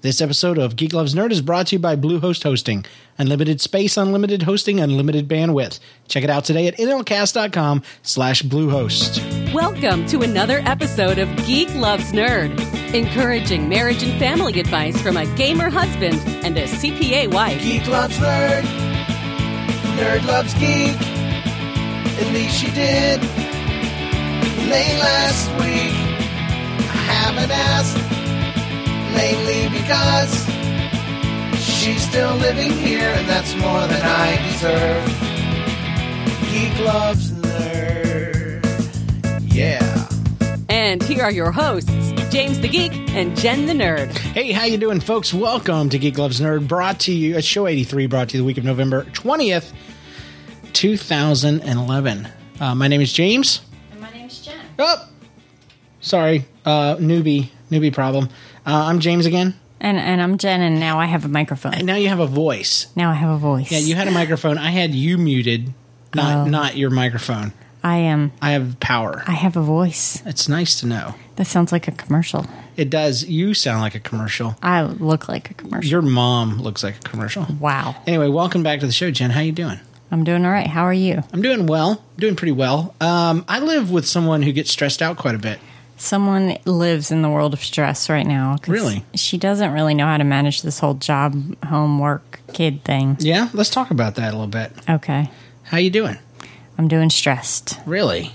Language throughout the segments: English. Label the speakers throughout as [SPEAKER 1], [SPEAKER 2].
[SPEAKER 1] This episode of Geek Loves Nerd is brought to you by Bluehost Hosting. Unlimited space, unlimited hosting, unlimited bandwidth. Check it out today at nlcast.com slash Bluehost.
[SPEAKER 2] Welcome to another episode of Geek Loves Nerd, encouraging marriage and family advice from a gamer husband and a CPA wife.
[SPEAKER 3] Geek loves nerd. Nerd loves geek. At least she did. Late last week. I haven't asked. Mainly because she's still living here, and that's more than I deserve. Geek loves nerd. Yeah.
[SPEAKER 2] And here are your hosts, James the Geek and Jen the Nerd.
[SPEAKER 1] Hey, how you doing, folks? Welcome to Geek Loves Nerd, brought to you, at Show 83, brought to you the week of November 20th, 2011. Uh, my name is James.
[SPEAKER 4] And my name's Jen.
[SPEAKER 1] Oh, sorry, uh, newbie, newbie problem. Uh, I'm James again.
[SPEAKER 4] And and I'm Jen, and now I have a microphone.
[SPEAKER 1] And now you have a voice.
[SPEAKER 4] Now I have a voice.
[SPEAKER 1] Yeah, you had a microphone. I had you muted, not not your microphone.
[SPEAKER 4] I am.
[SPEAKER 1] I have power.
[SPEAKER 4] I have a voice.
[SPEAKER 1] It's nice to know.
[SPEAKER 4] That sounds like a commercial.
[SPEAKER 1] It does. You sound like a commercial.
[SPEAKER 4] I look like a commercial.
[SPEAKER 1] Your mom looks like a commercial.
[SPEAKER 4] wow.
[SPEAKER 1] Anyway, welcome back to the show, Jen. How you doing?
[SPEAKER 4] I'm doing all right. How are you?
[SPEAKER 1] I'm doing well. Doing pretty well. Um, I live with someone who gets stressed out quite a bit.
[SPEAKER 4] Someone lives in the world of stress right now. 'cause
[SPEAKER 1] Really?
[SPEAKER 4] She doesn't really know how to manage this whole job, home, work, kid thing.
[SPEAKER 1] Yeah, let's talk about that a little bit.
[SPEAKER 4] Okay.
[SPEAKER 1] How you doing?
[SPEAKER 4] I'm doing stressed.
[SPEAKER 1] Really?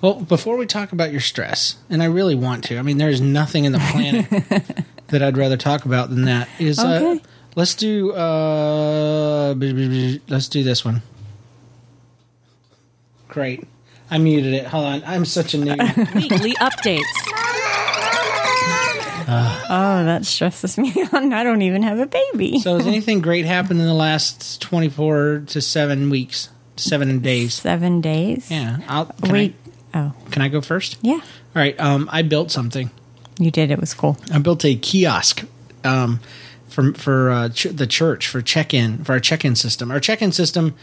[SPEAKER 1] Well, before we talk about your stress, and I really want to, I mean, there's nothing in the planet that I'd rather talk about than that. Is uh,
[SPEAKER 4] Okay.
[SPEAKER 1] let's do uh, b- b- b- let's do this one. Great, I muted it. Hold on, I'm such a noob.
[SPEAKER 2] Weekly updates.
[SPEAKER 4] Oh, that stresses me out. and I don't even have a baby.
[SPEAKER 1] so, has anything great happened in the last 24 to seven weeks, seven days?
[SPEAKER 4] Seven days.
[SPEAKER 1] Yeah, I'll, can
[SPEAKER 4] We. Oh,
[SPEAKER 1] I, can I go first?
[SPEAKER 4] yeah.
[SPEAKER 1] All right, um, I built something.
[SPEAKER 4] You did. It was cool.
[SPEAKER 1] I built a kiosk um, for for uh, ch- the church for check in for our check in system. Our check in system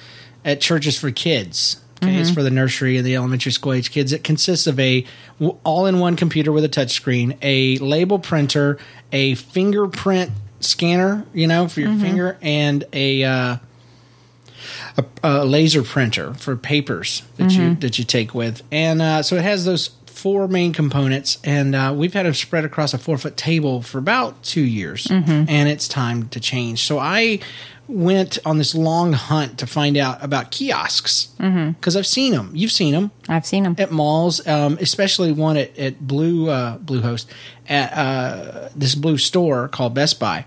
[SPEAKER 1] at church is for kids. Okay, it's for the nursery and the elementary school age kids. It consists of a all in one computer with a touchscreen, a label printer, a fingerprint scanner, you know, for your finger, and a uh, a laser printer for papers that you that you take with, and uh, so it has those four main components, and uh, we've had them spread across a four foot table for about two years, and it's time to change. So I went on this long hunt to find out about kiosks because I've seen them. You've seen them
[SPEAKER 4] I've seen them.
[SPEAKER 1] at malls, um, especially one at, at Blue uh, Bluehost at uh, this blue store called Best Buy.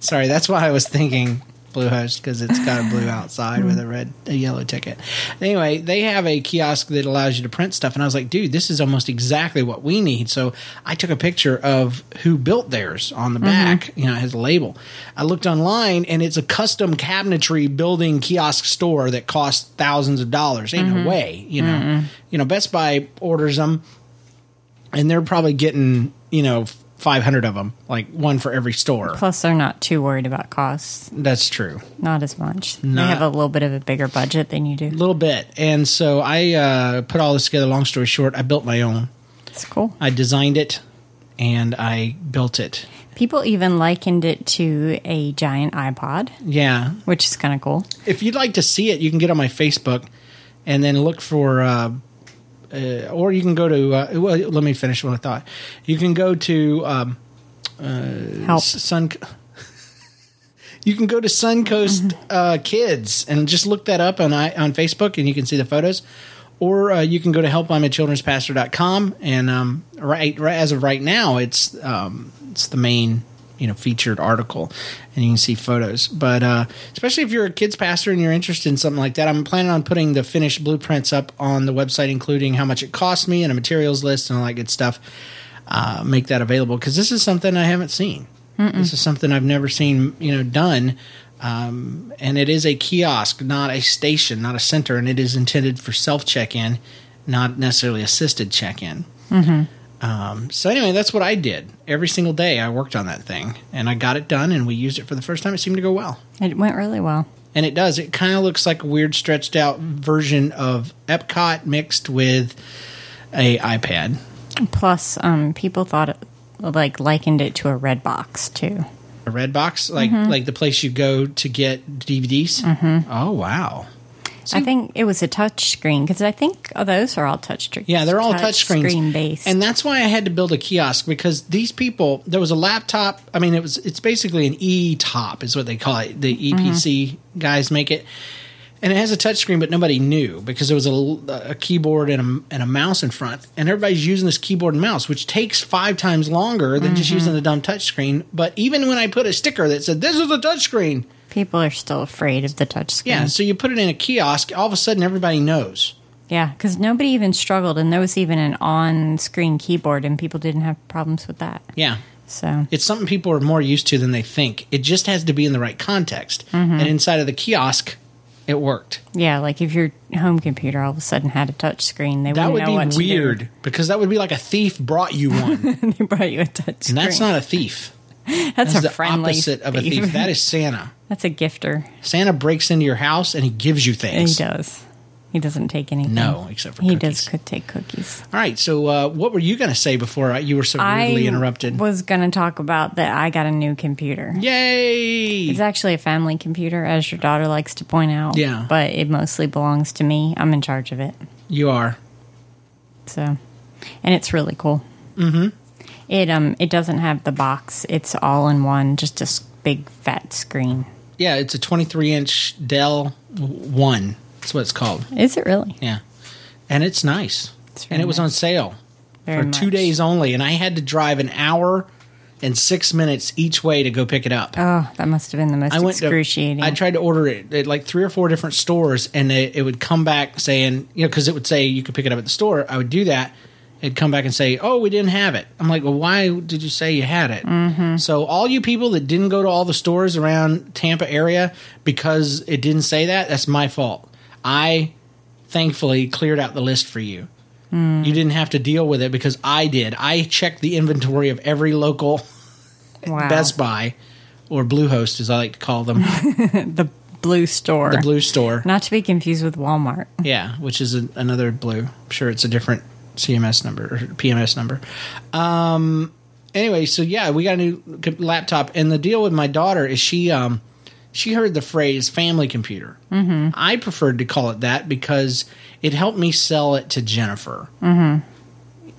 [SPEAKER 1] Sorry, that's why I was thinking Bluehost because it's got a blue outside with a red, a yellow ticket. Anyway, they have a kiosk that allows you to print stuff, and I was like, dude, this is almost exactly what we need. So I took a picture of who built theirs on the back. You know, it has a label. I looked online, and it's a custom cabinetry building kiosk store that costs thousands of dollars. Ain't no way, you know. You know, Best Buy orders them and they're probably getting you know 500 of them like one for every store
[SPEAKER 4] Plus, they're not too worried about costs.
[SPEAKER 1] that's true
[SPEAKER 4] Not as much.
[SPEAKER 1] Not-
[SPEAKER 4] they have a little bit of a bigger budget than you do.
[SPEAKER 1] a little bit and so i uh, put all this together long story short i built my own
[SPEAKER 4] It's cool.
[SPEAKER 1] i designed it and i built it
[SPEAKER 4] People even likened it to a giant iPod,
[SPEAKER 1] yeah
[SPEAKER 4] which is kind of cool.
[SPEAKER 1] if you'd like to see it you can get on my facebook and then look for uh, uh, or you can go to uh, well, let me finish what i thought you can go to um,
[SPEAKER 4] Help.
[SPEAKER 1] S- Sun. You can go to Suncoast uh, Kids and just look that up on I, on Facebook, and you can see the photos. Or uh, you can go to helpline at children'spastor.com. And um, right, right as of right now, it's um, it's the main you know featured article, and you can see photos. But uh, especially if you're a kids pastor and you're interested in something like that, I'm planning on putting the finished blueprints up on the website, including how much it cost me and a materials list and all that good stuff uh, make that available because this is something I haven't seen. This is something I've never seen, you know, done. Um, and it is a kiosk, not a station, not a center, and it is intended for self check in, not necessarily assisted check in. Um, so anyway, that's what I did. Every single day, I worked on that thing, and I got it done, and we used it for the first time. It seemed to go well,
[SPEAKER 4] It went really well.
[SPEAKER 1] and it does. It kind of looks like a weird, stretched out version of Epcot mixed with a iPad.
[SPEAKER 4] Plus, um, people thought it like likened it to a red box too.
[SPEAKER 1] A red box, like like the place you go to get DVDs. Mm-hmm. Oh wow.
[SPEAKER 4] I think it was a touch screen because I think oh, those are all touch screens.
[SPEAKER 1] Yeah, they're all touch, screens.
[SPEAKER 4] Screen based.
[SPEAKER 1] And that's why I had to build a kiosk because these people there was a laptop. I mean it was it's basically an E top is what they call it. The EPC guys make it. And it has a touch screen, but nobody knew because there was a, a keyboard and a, and a mouse in front, and everybody's using this keyboard and mouse, which takes five times longer than just using a dumb touch screen. But even when I put a sticker that said "This is a touch screen,"
[SPEAKER 4] People are still afraid of the touch screen.
[SPEAKER 1] yeah, so you put it in a kiosk, all of a sudden everybody knows.
[SPEAKER 4] Yeah, because nobody even struggled, and there was even an on-screen keyboard, and people didn't have problems with that.
[SPEAKER 1] Yeah,
[SPEAKER 4] So
[SPEAKER 1] it's something people are more used to than they think. It just has to be in the right context.
[SPEAKER 4] Mm-hmm.
[SPEAKER 1] And inside of the kiosk, it worked.
[SPEAKER 4] yeah, like if your home computer all of a sudden had a touch screen, they
[SPEAKER 1] That
[SPEAKER 4] wouldn't
[SPEAKER 1] would
[SPEAKER 4] know what
[SPEAKER 1] be
[SPEAKER 4] to do.
[SPEAKER 1] weird because that would be like a thief brought you one.
[SPEAKER 4] they brought you a touch screen.
[SPEAKER 1] and that's not a thief.
[SPEAKER 4] that's,
[SPEAKER 1] That's
[SPEAKER 4] a
[SPEAKER 1] the
[SPEAKER 4] friendly
[SPEAKER 1] opposite of a thief. That is Santa.
[SPEAKER 4] that's a gifter.
[SPEAKER 1] Santa breaks into your house and he gives you
[SPEAKER 4] He
[SPEAKER 1] things.
[SPEAKER 4] does. He doesn't take anything.
[SPEAKER 1] No, except for
[SPEAKER 4] he
[SPEAKER 1] cookies.
[SPEAKER 4] does could take cookies.
[SPEAKER 1] All right. So, uh, what were you going to say before uh, you were so rudely
[SPEAKER 4] I
[SPEAKER 1] interrupted?
[SPEAKER 4] was going to talk about that. I got a new computer.
[SPEAKER 1] Yay!
[SPEAKER 4] It's actually a family computer, as your daughter likes to point out.
[SPEAKER 1] Yeah.
[SPEAKER 4] but it mostly belongs to me. I'm in charge of it.
[SPEAKER 1] you are.
[SPEAKER 4] So, and it's really cool. Mm-hmm. It um it doesn't have the box. It's all in one, just a s- big fat screen.
[SPEAKER 1] Yeah, it's a 23 inch Dell 1. That's what it's called.
[SPEAKER 4] Is it really?
[SPEAKER 1] Yeah. And it's nice.
[SPEAKER 4] It's very
[SPEAKER 1] and it was on
[SPEAKER 4] nice.
[SPEAKER 1] sale
[SPEAKER 4] Very
[SPEAKER 1] for two
[SPEAKER 4] much.
[SPEAKER 1] days only. And I had to drive an hour and six minutes each way to go pick it up.
[SPEAKER 4] Oh, that must have been the most
[SPEAKER 1] I went
[SPEAKER 4] excruciating.
[SPEAKER 1] To, I tried to order it at like three or four different stores, and it, it would come back saying, you know, because it would say you could pick it up at the store. I would do that. It'd come back and say, "Oh, we didn't have it." I'm like, "Well, why did you say you had it?" Mm-hmm. So, all you people that didn't go to all the stores around Tampa area because it didn't say that, that's my fault. I thankfully cleared out the list for you.
[SPEAKER 4] Mm.
[SPEAKER 1] You didn't have to deal with it because I did. I checked the inventory of every local
[SPEAKER 4] wow.
[SPEAKER 1] Best Buy or Bluehost, as I like to call them,
[SPEAKER 4] the blue store.
[SPEAKER 1] the Blue Store.
[SPEAKER 4] Not to be confused with Walmart.
[SPEAKER 1] Yeah, which is a, another blue. I'm sure it's a different CMS number or PMS number. Um, anyway, so yeah, we got a new co- laptop, and the deal with my daughter is she um, she heard the phrase "family computer." Mm-hmm. I preferred to call it that because it helped me sell it to Jennifer. Mm-hmm.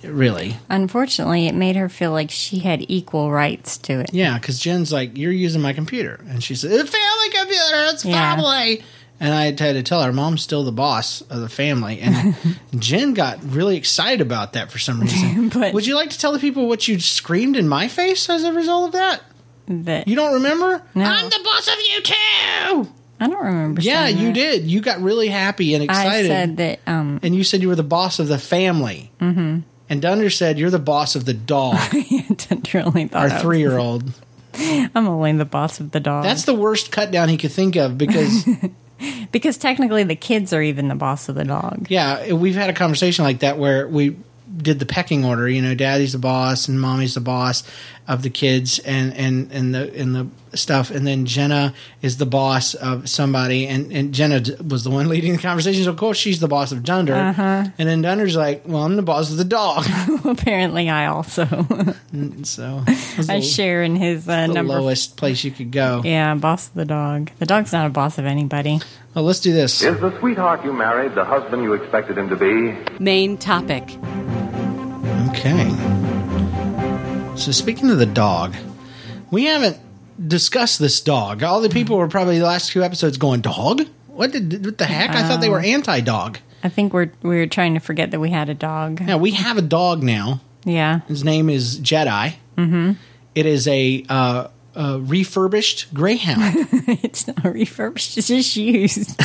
[SPEAKER 1] Really,
[SPEAKER 4] Unfortunately, it made her feel like she had equal rights to it.
[SPEAKER 1] Yeah, because Jen's like, "You're using my computer," and she said, "It's family computer. It's
[SPEAKER 4] Yeah.
[SPEAKER 1] family." And I had to tell her, "Mom's still the boss of the family." And Jen got really excited about that for some reason.
[SPEAKER 4] But-
[SPEAKER 1] Would you like to tell the people what you screamed in my face as a result of that?
[SPEAKER 4] That
[SPEAKER 1] You don't remember?
[SPEAKER 4] No.
[SPEAKER 1] I'm the boss of you too.
[SPEAKER 4] I don't remember.
[SPEAKER 1] Yeah,
[SPEAKER 4] saying
[SPEAKER 1] you
[SPEAKER 4] that.
[SPEAKER 1] did. You got really happy and
[SPEAKER 4] I
[SPEAKER 1] excited,
[SPEAKER 4] said that. Um,
[SPEAKER 1] and you said you were the boss of the family. Mm-hmm. And Dunder said, "You're the boss of the dog."
[SPEAKER 4] didn't really
[SPEAKER 1] Our
[SPEAKER 4] thought of-
[SPEAKER 1] three-year-old.
[SPEAKER 4] I'm only the boss of the dog.
[SPEAKER 1] That's the worst cut down he could think of because
[SPEAKER 4] because technically the kids are even the boss of the dog.
[SPEAKER 1] Yeah, we've had a conversation like that where we did the pecking order. You know, daddy's the boss and mommy's the boss of the kids and and and the and the stuff, and then Jenna is the boss of somebody, and and Jenna d- was the one leading the conversation. So of course she's the boss of Dunder,
[SPEAKER 4] Uh-huh.
[SPEAKER 1] and then Dunder's like, "Well, I'm the boss of the dog."
[SPEAKER 4] Apparently, I also
[SPEAKER 1] so it was
[SPEAKER 4] I
[SPEAKER 1] the,
[SPEAKER 4] share in his uh,
[SPEAKER 1] the
[SPEAKER 4] number.
[SPEAKER 1] lowest place you could go.
[SPEAKER 4] Yeah, boss of the dog. The dog's not a boss of anybody.
[SPEAKER 1] Well, let's do this.
[SPEAKER 5] Is the sweetheart you married the husband you expected him to be?
[SPEAKER 2] Main topic.
[SPEAKER 1] Okay. So speaking of the dog, we haven't discussed this dog. All the people were probably the last few episodes going dog. What did what the heck? I thought they were anti-dog.
[SPEAKER 4] I think we're we're trying to forget that we had a dog.
[SPEAKER 1] Now we have a dog now.
[SPEAKER 4] Yeah,
[SPEAKER 1] His name is Jedi. Mm-hmm. is a uh, uh, refurbished Greyhound.
[SPEAKER 4] it's not refurbished; it's just used.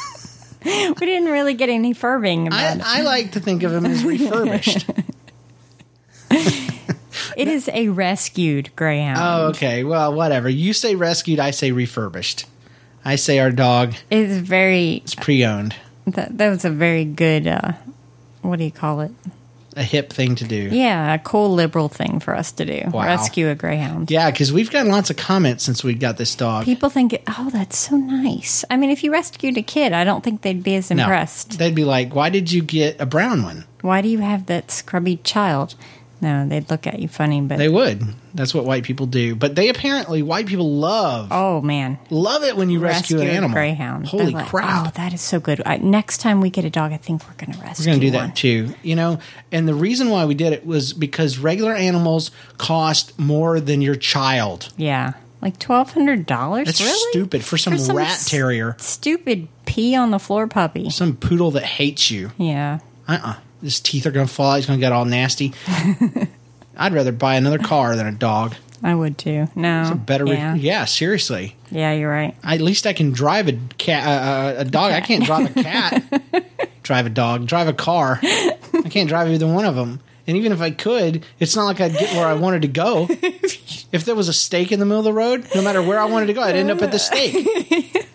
[SPEAKER 4] we didn't really get any furbing about
[SPEAKER 1] I, I like to think of him as refurbished.
[SPEAKER 4] it. It is a rescued greyhound.
[SPEAKER 1] oh, okay. Well, whatever. You say rescued. I say refurbished. I say our dog
[SPEAKER 4] it's very.
[SPEAKER 1] is pre-owned.
[SPEAKER 4] That, that was a very good. Uh, what do you call it?
[SPEAKER 1] A hip thing to do.
[SPEAKER 4] Yeah, a cool liberal thing for us to do.
[SPEAKER 1] Wow.
[SPEAKER 4] Rescue a greyhound.
[SPEAKER 1] Yeah, because we've gotten lots of comments since we got this dog.
[SPEAKER 4] People think, oh, that's so nice. I mean, if you rescued a kid, I don't think they'd be as
[SPEAKER 1] No.
[SPEAKER 4] impressed.
[SPEAKER 1] They'd be like, "Why did you get a brown one?"
[SPEAKER 4] Why do you have that scrubby child? No, they'd look at you funny, but
[SPEAKER 1] They would. That's what white people do. But they apparently white people love
[SPEAKER 4] oh man,
[SPEAKER 1] love it when you rescue, an
[SPEAKER 4] a
[SPEAKER 1] animal.
[SPEAKER 4] greyhound.
[SPEAKER 1] Holy
[SPEAKER 4] They're like,
[SPEAKER 1] crap!
[SPEAKER 4] Oh, that is so good. I, next time we get a dog, I think we're going to rescue.
[SPEAKER 1] We're going to do
[SPEAKER 4] one.
[SPEAKER 1] that too. You know, and the reason why we did it was because regular animals cost more than your child.
[SPEAKER 4] Yeah, like twelve hundred dollars.
[SPEAKER 1] That's
[SPEAKER 4] really?
[SPEAKER 1] stupid for some rat
[SPEAKER 4] s-
[SPEAKER 1] terrier.
[SPEAKER 4] Stupid pee on the floor puppy.
[SPEAKER 1] Some poodle that hates you.
[SPEAKER 4] Yeah,
[SPEAKER 1] Uh uh His teeth are going to fall out. He's going to get all nasty. I'd rather buy another car than a dog.
[SPEAKER 4] I would too. No,
[SPEAKER 1] Better, re-
[SPEAKER 4] Yeah.
[SPEAKER 1] yeah. seriously.
[SPEAKER 4] yeah, you're right.
[SPEAKER 1] I- At least I can drive a cat, uh, a dog. I can't drive a cat, drive a dog, drive a car. I can't drive either one of them. And even if I could, it's not like I'd get where I wanted to go. if there was a stake in the middle of the road, no matter where I wanted to go, I'd end up at the stake.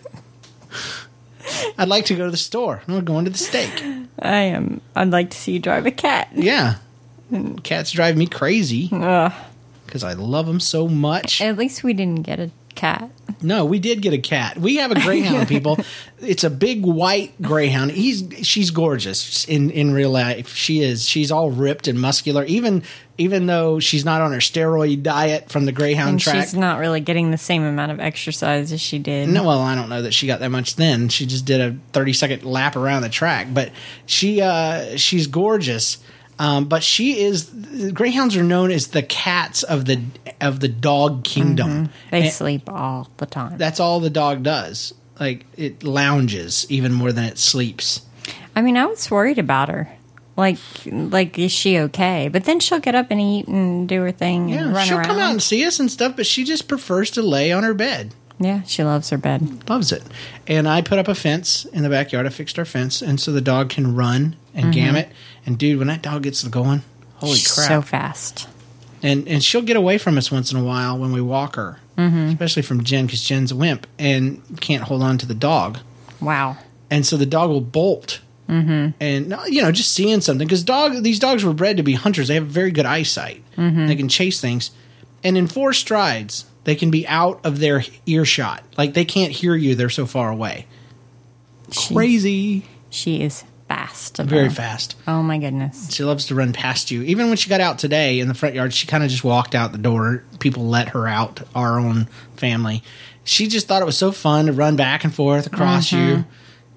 [SPEAKER 1] I'd like to go to the store. I'm going to the stake.
[SPEAKER 4] I am. I'd like to see you drive a cat.
[SPEAKER 1] Yeah. Cats drive me crazy
[SPEAKER 4] Ugh.
[SPEAKER 1] because I love them so much.
[SPEAKER 4] At least we didn't get a cat.
[SPEAKER 1] No, we did get a cat. We have a greyhound, people. It's a big white greyhound. He's she's gorgeous in in real life. She is. She's all ripped and muscular. Even even though she's not on her steroid diet from the greyhound
[SPEAKER 4] And
[SPEAKER 1] track.
[SPEAKER 4] she's not really getting the same amount of exercise as she did.
[SPEAKER 1] No, well, I don't know that she got that much then. She just did a 30 second lap around the track, but she uh, she's gorgeous. Um, but she is greyhounds are known as the cats of the of the dog kingdom.
[SPEAKER 4] They
[SPEAKER 1] And
[SPEAKER 4] sleep all the time.
[SPEAKER 1] that's all the dog does. Like it lounges even more than it sleeps.
[SPEAKER 4] I mean, I was worried about her. Like, like is she okay? But then she'll get up and eat and do her thing and
[SPEAKER 1] Yeah,
[SPEAKER 4] run
[SPEAKER 1] she'll
[SPEAKER 4] around.
[SPEAKER 1] come out and see us and stuff, but she just prefers to lay on her bed.
[SPEAKER 4] yeah, she loves her bed.
[SPEAKER 1] Loves it. And I put up a fence in the backyard. I fixed our fence, and so the dog can run and gamut. And dude, when that dog gets going, holy
[SPEAKER 4] Mm-hmm. She's
[SPEAKER 1] crap!
[SPEAKER 4] so fast.
[SPEAKER 1] and and she'll get away from us once in a while when we walk her,
[SPEAKER 4] Mm-hmm.
[SPEAKER 1] especially from Jen because Jen's a wimp and can't hold on to the dog,
[SPEAKER 4] Wow.
[SPEAKER 1] and so the dog will bolt. Mm-hmm. And you know, just seeing something because dog these dogs were bred to be hunters. They have very good eyesight. They can chase things, and in four strides they can be out of their earshot. Like they can't hear you; they're so far away.
[SPEAKER 4] She,
[SPEAKER 1] Crazy,
[SPEAKER 4] She is fast.
[SPEAKER 1] very
[SPEAKER 4] about-
[SPEAKER 1] fast.
[SPEAKER 4] Oh my goodness.
[SPEAKER 1] She loves to run past you. Even when she got out today in the front yard, she kind of just walked out the door. People let her out, our own family. She just thought it was so fun to run back and forth across you.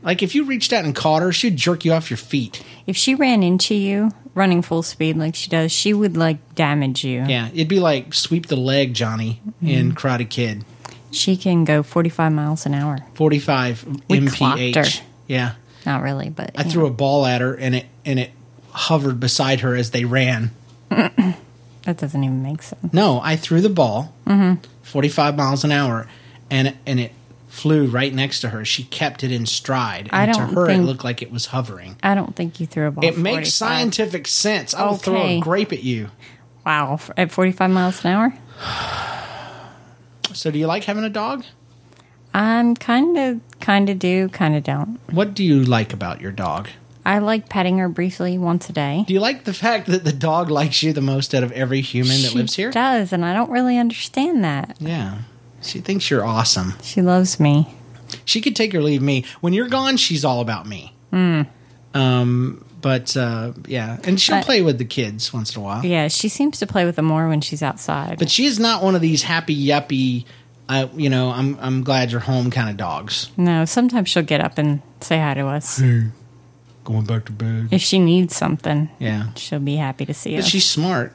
[SPEAKER 1] Like if you reached out and caught her, she'd jerk you off your feet.
[SPEAKER 4] If she ran into you running full speed like she does, she would like damage you.
[SPEAKER 1] Yeah, it'd be like sweep the leg, Johnny,
[SPEAKER 4] Mm-hmm.
[SPEAKER 1] in Karate Kid,
[SPEAKER 4] She can go 45 miles an hour.
[SPEAKER 1] forty-five
[SPEAKER 4] We
[SPEAKER 1] mph.
[SPEAKER 4] clocked her.
[SPEAKER 1] Yeah,
[SPEAKER 4] Not really, but
[SPEAKER 1] I threw a ball at her, and it and it hovered beside her as they ran.
[SPEAKER 4] that doesn't even make sense.
[SPEAKER 1] No, I threw the ball,
[SPEAKER 4] Mm-hmm.
[SPEAKER 1] 45 miles an hour, and and it flew right next to her. She kept it in stride, and
[SPEAKER 4] I
[SPEAKER 1] to
[SPEAKER 4] don't
[SPEAKER 1] her it
[SPEAKER 4] think-
[SPEAKER 1] looked like it was hovering.
[SPEAKER 4] I don't think you threw a ball.
[SPEAKER 1] It makes
[SPEAKER 4] 45.
[SPEAKER 1] scientific sense. I'll throw a
[SPEAKER 4] Okay.
[SPEAKER 1] grape at you.
[SPEAKER 4] Wow, f- at 45 miles an hour?
[SPEAKER 1] So, do you like having a dog?
[SPEAKER 4] I'm kind of, kind of do, kind of don't.
[SPEAKER 1] What do you like about your dog?
[SPEAKER 4] I like petting her briefly once a day.
[SPEAKER 1] Do you like the fact that the dog likes you the most out of every human that
[SPEAKER 4] she
[SPEAKER 1] lives here?
[SPEAKER 4] does, and I don't really understand that.
[SPEAKER 1] Yeah. She thinks you're awesome.
[SPEAKER 4] She loves me.
[SPEAKER 1] She could take or leave me. When you're gone, she's all about me.
[SPEAKER 4] Hmm.
[SPEAKER 1] Um, but uh, yeah, and she'll
[SPEAKER 4] But-
[SPEAKER 1] play with the kids once in a while.
[SPEAKER 4] Yeah, she seems to play with them more when she's outside.
[SPEAKER 1] But she is not one of these happy yuppie, uh, you know, I'm I'm glad you're home kind of dogs.
[SPEAKER 4] no, sometimes she'll get up and say hi to us.
[SPEAKER 1] Going back to bed.
[SPEAKER 4] if she needs something,
[SPEAKER 1] Yeah.
[SPEAKER 4] she'll be happy to see
[SPEAKER 1] But
[SPEAKER 4] us.
[SPEAKER 1] she's smart.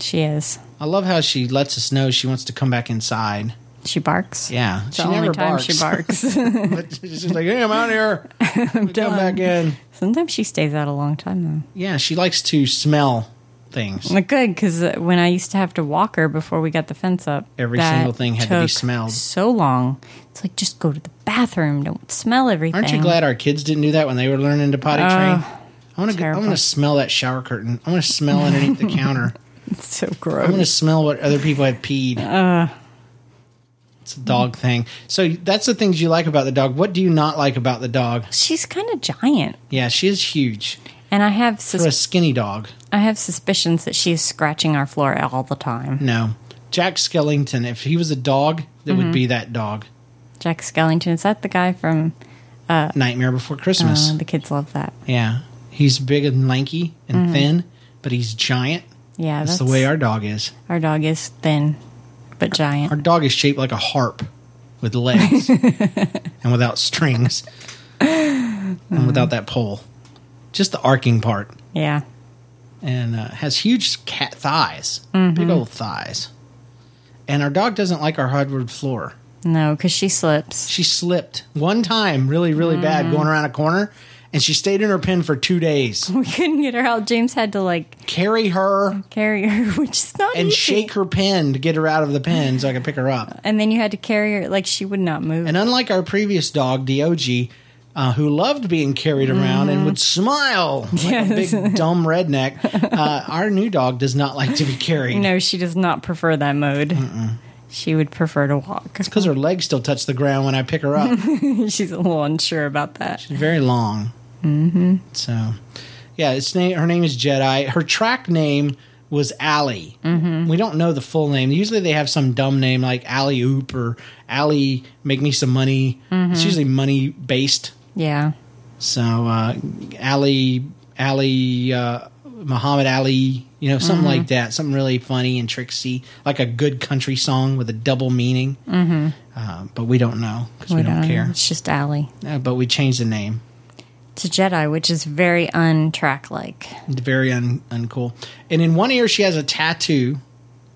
[SPEAKER 4] she is.
[SPEAKER 1] I love how she lets us know she wants to come back inside.
[SPEAKER 4] She barks.
[SPEAKER 1] Yeah.
[SPEAKER 4] It's the only time she barks.
[SPEAKER 1] but she's just like, hey, I'm out here. I'm come back in.
[SPEAKER 4] Sometimes she stays out a long time
[SPEAKER 1] Yeah, she likes to smell things.
[SPEAKER 4] though. Like good because when I used to have to walk her before we got the fence up,
[SPEAKER 1] Every
[SPEAKER 4] that
[SPEAKER 1] single thing had to be
[SPEAKER 4] took
[SPEAKER 1] smelled.
[SPEAKER 4] So long. It's like just go to the bathroom. Don't smell everything.
[SPEAKER 1] Aren't you glad our kids didn't do that when they were learning to potty train? I want to. I
[SPEAKER 4] Uh, terrible.
[SPEAKER 1] want to smell that shower curtain. I want to smell underneath the counter.
[SPEAKER 4] It's so
[SPEAKER 1] I want to
[SPEAKER 4] gross.
[SPEAKER 1] smell what other people have peed.
[SPEAKER 4] Uh.
[SPEAKER 1] it's a dog thing. So that's the things you like about the dog. What do you not like about the dog?
[SPEAKER 4] She's kind of giant,
[SPEAKER 1] Yeah, she is huge
[SPEAKER 4] and I have
[SPEAKER 1] for a
[SPEAKER 4] sus-
[SPEAKER 1] skinny dog.
[SPEAKER 4] I have suspicions that she is scratching our floor all the time.
[SPEAKER 1] No, Jack Skellington. If he was a dog, that
[SPEAKER 4] Mm-hmm.
[SPEAKER 1] would be that dog.
[SPEAKER 4] Jack Skellington is that the guy from
[SPEAKER 1] Nightmare Before Christmas.
[SPEAKER 4] uh, the kids love that? Mm-hmm.
[SPEAKER 1] yeah, he's big and lanky and thin, but he's giant.
[SPEAKER 4] Yeah,
[SPEAKER 1] That's the way our dog is.
[SPEAKER 4] our dog is thin, but giant.
[SPEAKER 1] Our dog is shaped like a harp with legs and without strings and without that pole. Just the arcing part.
[SPEAKER 4] yeah,
[SPEAKER 1] And uh, has huge cat thighs, big old thighs. And our dog doesn't like our hardwood floor.
[SPEAKER 4] no, because she slips.
[SPEAKER 1] She slipped one time really, really bad going around a corner. And she stayed in her pen for two days.
[SPEAKER 4] We couldn't get her out. James had to like
[SPEAKER 1] Carry her
[SPEAKER 4] carry her, which is not
[SPEAKER 1] and
[SPEAKER 4] easy.
[SPEAKER 1] shake her pen to get her out of the pen so I could pick her up.
[SPEAKER 4] And then you had to carry her like she would not move.
[SPEAKER 1] And unlike our previous dog, Dog, uh, who loved being carried around and would smile like a big dumb redneck, uh, our new dog does not like to be carried.
[SPEAKER 4] no, she does not prefer that mode. She would prefer to walk.
[SPEAKER 1] Because her legs still touch the ground when I pick her up.
[SPEAKER 4] She's a little unsure about that.
[SPEAKER 1] Very long. Mm-hmm. So, yeah, its name. Her name is Jedi. Her track name was Allie. Mm-hmm. We don't know the full name. Usually, they have some dumb name like Allie Oop or Allie Make Me Some Money. It's usually money based.
[SPEAKER 4] Yeah.
[SPEAKER 1] So uh, Ali, Ali, uh, Muhammad Ali, you know, something like that, something really funny and tricksy, like a good country song with a double meaning. Mm-hmm. Uh, but we don't know because we, don't, care.
[SPEAKER 4] Um, It's just Allie.
[SPEAKER 1] Uh, but we changed the name.
[SPEAKER 4] To Jedi, which is very untrack like.
[SPEAKER 1] It's very un- uncool. And in one ear, she has a tattoo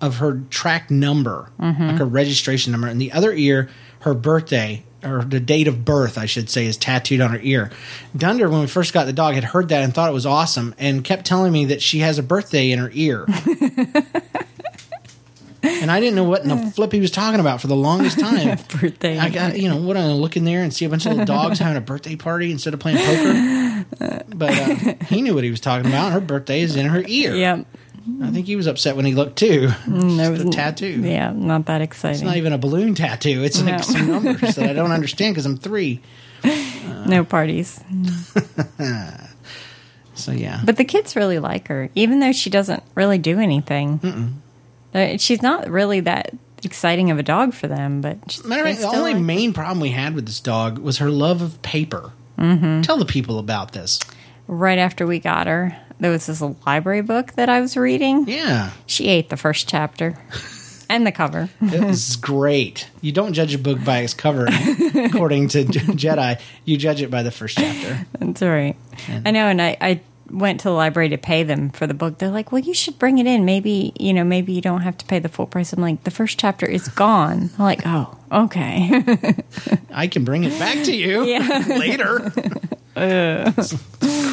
[SPEAKER 1] of her track number, like her registration number. In the other ear, her birthday or the date of birth, I should say, is tattooed on her ear. Dunder, when we first got the dog, had heard that and thought it was awesome, and kept telling me that she has a birthday in her ear. and I didn't know what in the flip he was talking about for the longest time.
[SPEAKER 4] Birthday.
[SPEAKER 1] I got you know what I'm gonna look in there and see a bunch of little dogs having a birthday party instead of playing poker. But uh, he knew what he was talking about. Her birthday is in her ear.
[SPEAKER 4] Yep.
[SPEAKER 1] I think he was upset when he looked too.
[SPEAKER 4] No,
[SPEAKER 1] It's a tattoo.
[SPEAKER 4] Mm, Yeah, not that exciting.
[SPEAKER 1] It's not even a balloon tattoo. It's like
[SPEAKER 4] No.
[SPEAKER 1] some numbers that I don't understand because I'm three.
[SPEAKER 4] no parties.
[SPEAKER 1] So yeah,
[SPEAKER 4] But the kids really like her, even though she doesn't really do anything. Uh, She's not really that exciting of a dog for them, but she,
[SPEAKER 1] matter of
[SPEAKER 4] they
[SPEAKER 1] fact, the
[SPEAKER 4] still
[SPEAKER 1] only
[SPEAKER 4] like-
[SPEAKER 1] main problem we had with this dog was her love of paper.
[SPEAKER 4] Mm-hmm.
[SPEAKER 1] Tell the people about this.
[SPEAKER 4] right after we got her, there was this library book that I was reading.
[SPEAKER 1] Yeah,
[SPEAKER 4] She ate the first chapter and the cover.
[SPEAKER 1] This is great. You don't judge a book by its cover, according to Jedi. You judge it by the first chapter.
[SPEAKER 4] That's all right. I know, and I, I went to the library to pay them for the book. They're like, "Well, you should bring it in. Maybe you know, maybe you don't have to pay the full price." I'm like, "The first chapter is gone." I'm like, "Oh, okay."
[SPEAKER 1] I can bring it back to you later. It's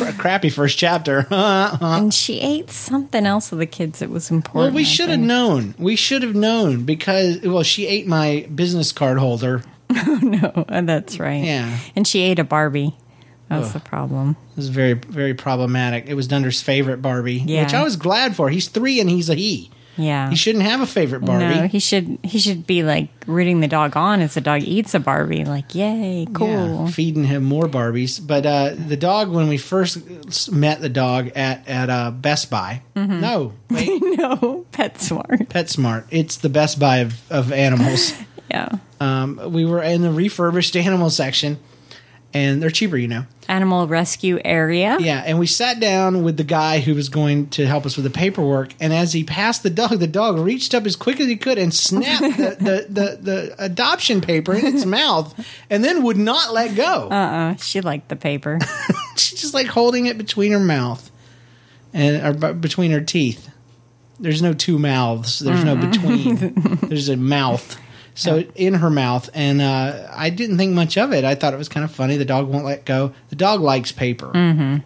[SPEAKER 1] a crappy first chapter.
[SPEAKER 4] and she ate something else of the kids that was
[SPEAKER 1] well,
[SPEAKER 4] important.
[SPEAKER 1] we
[SPEAKER 4] I
[SPEAKER 1] should have
[SPEAKER 4] think.
[SPEAKER 1] known. We should have known because well, she ate my business card holder.
[SPEAKER 4] Oh, that's right.
[SPEAKER 1] Yeah.
[SPEAKER 4] and she ate a Barbie. That was the problem.
[SPEAKER 1] It was very very problematic. It was Dunder's favorite Barbie,
[SPEAKER 4] Yeah.
[SPEAKER 1] which I was glad for. He's three and he's a he.
[SPEAKER 4] Yeah.
[SPEAKER 1] He shouldn't have a favorite Barbie.
[SPEAKER 4] No, he should he should be like rooting the dog on as the dog eats a Barbie, like yay, cool.
[SPEAKER 1] Yeah, feeding him more Barbies. But uh, the dog, when we first met the dog at at uh, Best Buy,
[SPEAKER 4] Mm-hmm.
[SPEAKER 1] no, wait,
[SPEAKER 4] no, PetSmart.
[SPEAKER 1] PetSmart. It's the Best Buy of, of animals.
[SPEAKER 4] Yeah,
[SPEAKER 1] Um, we were in the refurbished animal section, and they're cheaper, you know.
[SPEAKER 4] animal rescue area.
[SPEAKER 1] Yeah, and we sat down with the guy who was going to help us with the paperwork. And as he passed the dog, the dog reached up as quick as he could and snapped the, the, the, the adoption paper in its mouth, and then would not let go.
[SPEAKER 4] She liked the paper.
[SPEAKER 1] She's just like holding it between her mouth and or b- between her teeth. There's no two mouths. There's no
[SPEAKER 4] Mm-hmm.
[SPEAKER 1] between. There's a mouth. So in her mouth, and uh, I didn't think much of it. I thought it was kind of funny. The dog won't let go. The dog likes paper.
[SPEAKER 4] Mm,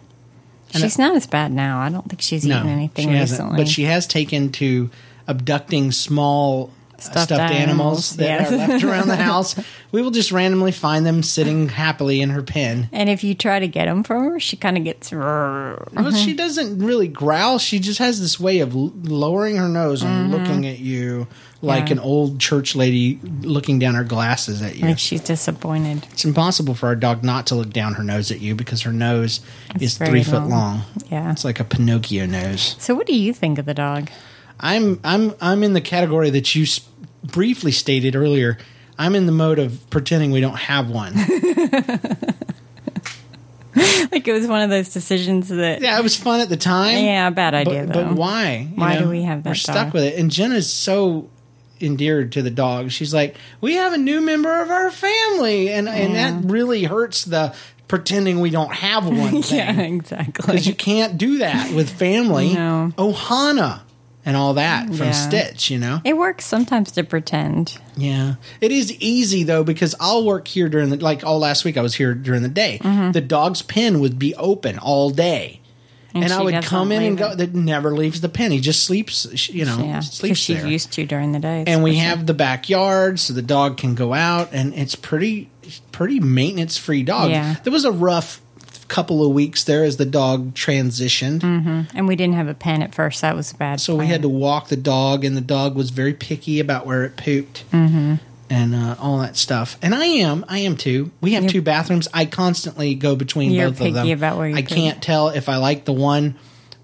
[SPEAKER 4] she's not as bad now. I don't think she's
[SPEAKER 1] No,
[SPEAKER 4] eaten anything
[SPEAKER 1] she hasn't.
[SPEAKER 4] recently.
[SPEAKER 1] But she has taken to abducting small uh, stuffed,
[SPEAKER 4] Stuffed
[SPEAKER 1] animals,
[SPEAKER 4] animals,
[SPEAKER 1] that
[SPEAKER 4] yes.
[SPEAKER 1] are left around the house. We will just randomly find them sitting happily in her pen.
[SPEAKER 4] and if you try to get them from her, she kind of gets. "Rrr."
[SPEAKER 1] Well, she doesn't really growl. She just has this way of l- lowering her nose and looking at you like
[SPEAKER 4] Mm-hmm. Yeah.
[SPEAKER 1] an old church lady looking down her glasses at you.
[SPEAKER 4] Like she's disappointed.
[SPEAKER 1] it's impossible for our dog not to look down her nose at you because her nose is
[SPEAKER 4] very
[SPEAKER 1] three foot
[SPEAKER 4] long.
[SPEAKER 1] long.
[SPEAKER 4] Yeah.
[SPEAKER 1] it's like a Pinocchio nose.
[SPEAKER 4] So, what do you think of the dog?
[SPEAKER 1] I'm I'm I'm in the category that you s- briefly stated earlier. I'm in the mode of pretending we don't have one.
[SPEAKER 4] like it was one of those decisions that
[SPEAKER 1] Yeah, it was fun at the time.
[SPEAKER 4] Yeah, bad idea,
[SPEAKER 1] But,
[SPEAKER 4] though.
[SPEAKER 1] but why? You
[SPEAKER 4] Why do we have that
[SPEAKER 1] We're stuck
[SPEAKER 4] dog?
[SPEAKER 1] with it. And Jenna's so endeared to the dog. She's like, "We have a new member of our family," and and that really hurts the pretending we don't have one. Thing.
[SPEAKER 4] yeah, exactly.
[SPEAKER 1] because you can't do that with family.
[SPEAKER 4] No.
[SPEAKER 1] Ohana and all that from
[SPEAKER 4] Yeah.
[SPEAKER 1] Stitch, you know.
[SPEAKER 4] It works sometimes to pretend.
[SPEAKER 1] Yeah, it is easy though because I'll work here during the like all last week. I was here during the day.
[SPEAKER 4] Mm-hmm.
[SPEAKER 1] The dog's pen would be open all day. And, I
[SPEAKER 4] she
[SPEAKER 1] would
[SPEAKER 4] doesn't
[SPEAKER 1] come in and
[SPEAKER 4] leave
[SPEAKER 1] go.
[SPEAKER 4] it.
[SPEAKER 1] That never leaves the pen. He just sleeps, sh- you know,
[SPEAKER 4] Yeah, because
[SPEAKER 1] sleeps
[SPEAKER 4] she's
[SPEAKER 1] there.
[SPEAKER 4] used to during the day.
[SPEAKER 1] and we have the backyard, so the dog can go out, and it's pretty, pretty maintenance free dog.
[SPEAKER 4] Yeah.
[SPEAKER 1] There was a rough couple of weeks there as the dog transitioned.
[SPEAKER 4] and we didn't have a pen at first. That was a bad.
[SPEAKER 1] So we had to walk the dog, and the dog was very picky about where it pooped
[SPEAKER 4] Mm-hmm.
[SPEAKER 1] and uh, all that stuff. And I am, I am too. We have two bathrooms. I constantly go between
[SPEAKER 4] You're
[SPEAKER 1] both of them.
[SPEAKER 4] picky about where you
[SPEAKER 1] I
[SPEAKER 4] poop.
[SPEAKER 1] can't tell if I like the one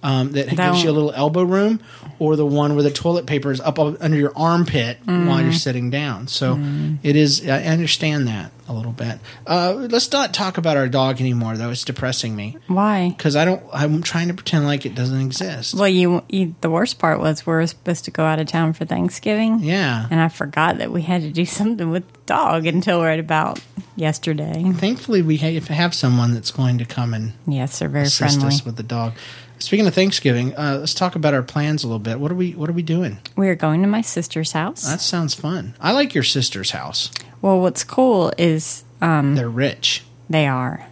[SPEAKER 1] um, that
[SPEAKER 4] That
[SPEAKER 1] gives you a
[SPEAKER 4] one-
[SPEAKER 1] little elbow room or the one where the toilet paper is up o- under your armpit while
[SPEAKER 4] Mm.
[SPEAKER 1] you're sitting down. So it is. I understand that a little bit. Uh, let's not talk about our dog anymore, though. It's depressing me
[SPEAKER 4] Why?
[SPEAKER 1] because I don't. I'm trying to pretend like it doesn't exist.
[SPEAKER 4] Well, you, you. The worst part was we were supposed to go out of town for Thanksgiving.
[SPEAKER 1] yeah.
[SPEAKER 4] And I forgot that we had to do something with the dog until right about yesterday.
[SPEAKER 1] Thankfully, we have, have someone that's going to come and
[SPEAKER 4] Yes, they're very
[SPEAKER 1] assist
[SPEAKER 4] friendly.
[SPEAKER 1] us with the dog. Speaking of Thanksgiving, uh, let's talk about our plans a little bit. What are we What are we doing?
[SPEAKER 4] We are going to my sister's house.
[SPEAKER 1] That sounds fun. I like your sister's house.
[SPEAKER 4] well, what's cool is
[SPEAKER 1] They're rich.
[SPEAKER 4] they are.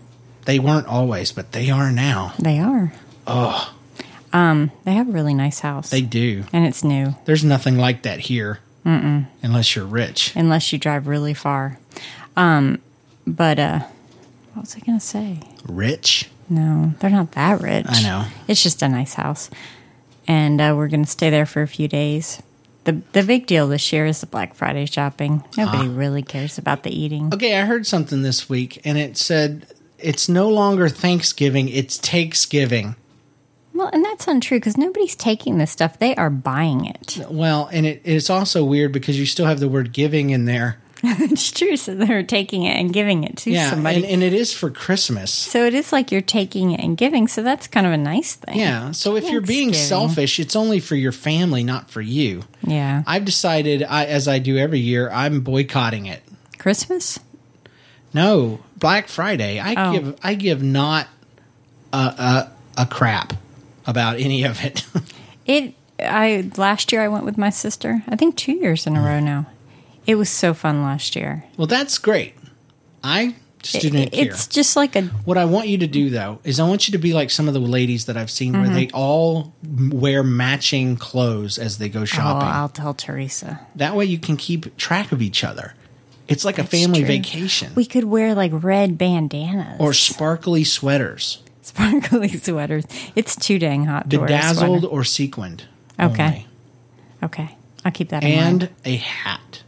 [SPEAKER 1] They weren't always, but they are now.
[SPEAKER 4] They are. Oh. Um, they have a really nice house.
[SPEAKER 1] They do.
[SPEAKER 4] and it's new,
[SPEAKER 1] There's nothing like that here, unless you're rich.
[SPEAKER 4] unless you drive really far. Um, but uh, what was I going to say?
[SPEAKER 1] Rich.
[SPEAKER 4] No, they're not that rich.
[SPEAKER 1] I know.
[SPEAKER 4] It's just a nice house. And uh, we're going to stay there for a few days. The, the big deal this year is the Black Friday shopping. Nobody really cares about the eating.
[SPEAKER 1] Okay, I heard something this week, and it said it's no longer Thanksgiving; it's Takesgiving.
[SPEAKER 4] Well, and that's untrue because nobody's taking this stuff. They are buying it.
[SPEAKER 1] Well, and it, it's also weird because you still have the word "giving" in there.
[SPEAKER 4] it's true. So they're taking it and giving it to somebody.
[SPEAKER 1] And, and it is for Christmas.
[SPEAKER 4] so it is like you're taking it and giving. So that's kind of a nice thing.
[SPEAKER 1] Yeah. So if you're being
[SPEAKER 4] Thanksgiving.
[SPEAKER 1] selfish, it's only for your family, not for you.
[SPEAKER 4] Yeah.
[SPEAKER 1] I've decided, I, as I do every year, I'm boycotting it.
[SPEAKER 4] Christmas?
[SPEAKER 1] No, Black Friday. I
[SPEAKER 4] Oh.
[SPEAKER 1] give I give not a, a a crap about any of it.
[SPEAKER 4] It I last year I went with my sister. I think 2 years
[SPEAKER 1] Mm.
[SPEAKER 4] in a row now. It was so fun last year.
[SPEAKER 1] well, that's great. I just didn't care.
[SPEAKER 4] It's just like a
[SPEAKER 1] What I want you to do though is I want you to be like some of the ladies that I've seen
[SPEAKER 4] Mm-hmm.
[SPEAKER 1] where they all m- wear matching clothes as they go
[SPEAKER 4] Oh,
[SPEAKER 1] shopping.
[SPEAKER 4] I'll tell Teresa.
[SPEAKER 1] That way you can keep track of each other. It's like a family
[SPEAKER 4] true.
[SPEAKER 1] vacation
[SPEAKER 4] We could wear like red bandanas
[SPEAKER 1] or sparkly sweaters,
[SPEAKER 4] sparkly sweaters. It's too dang hot. to wear a
[SPEAKER 1] bedazzled
[SPEAKER 4] sweater.
[SPEAKER 1] or sequined.
[SPEAKER 4] Okay.
[SPEAKER 1] only.
[SPEAKER 4] Okay, I'll keep that in
[SPEAKER 1] And
[SPEAKER 4] mind.
[SPEAKER 1] a hat.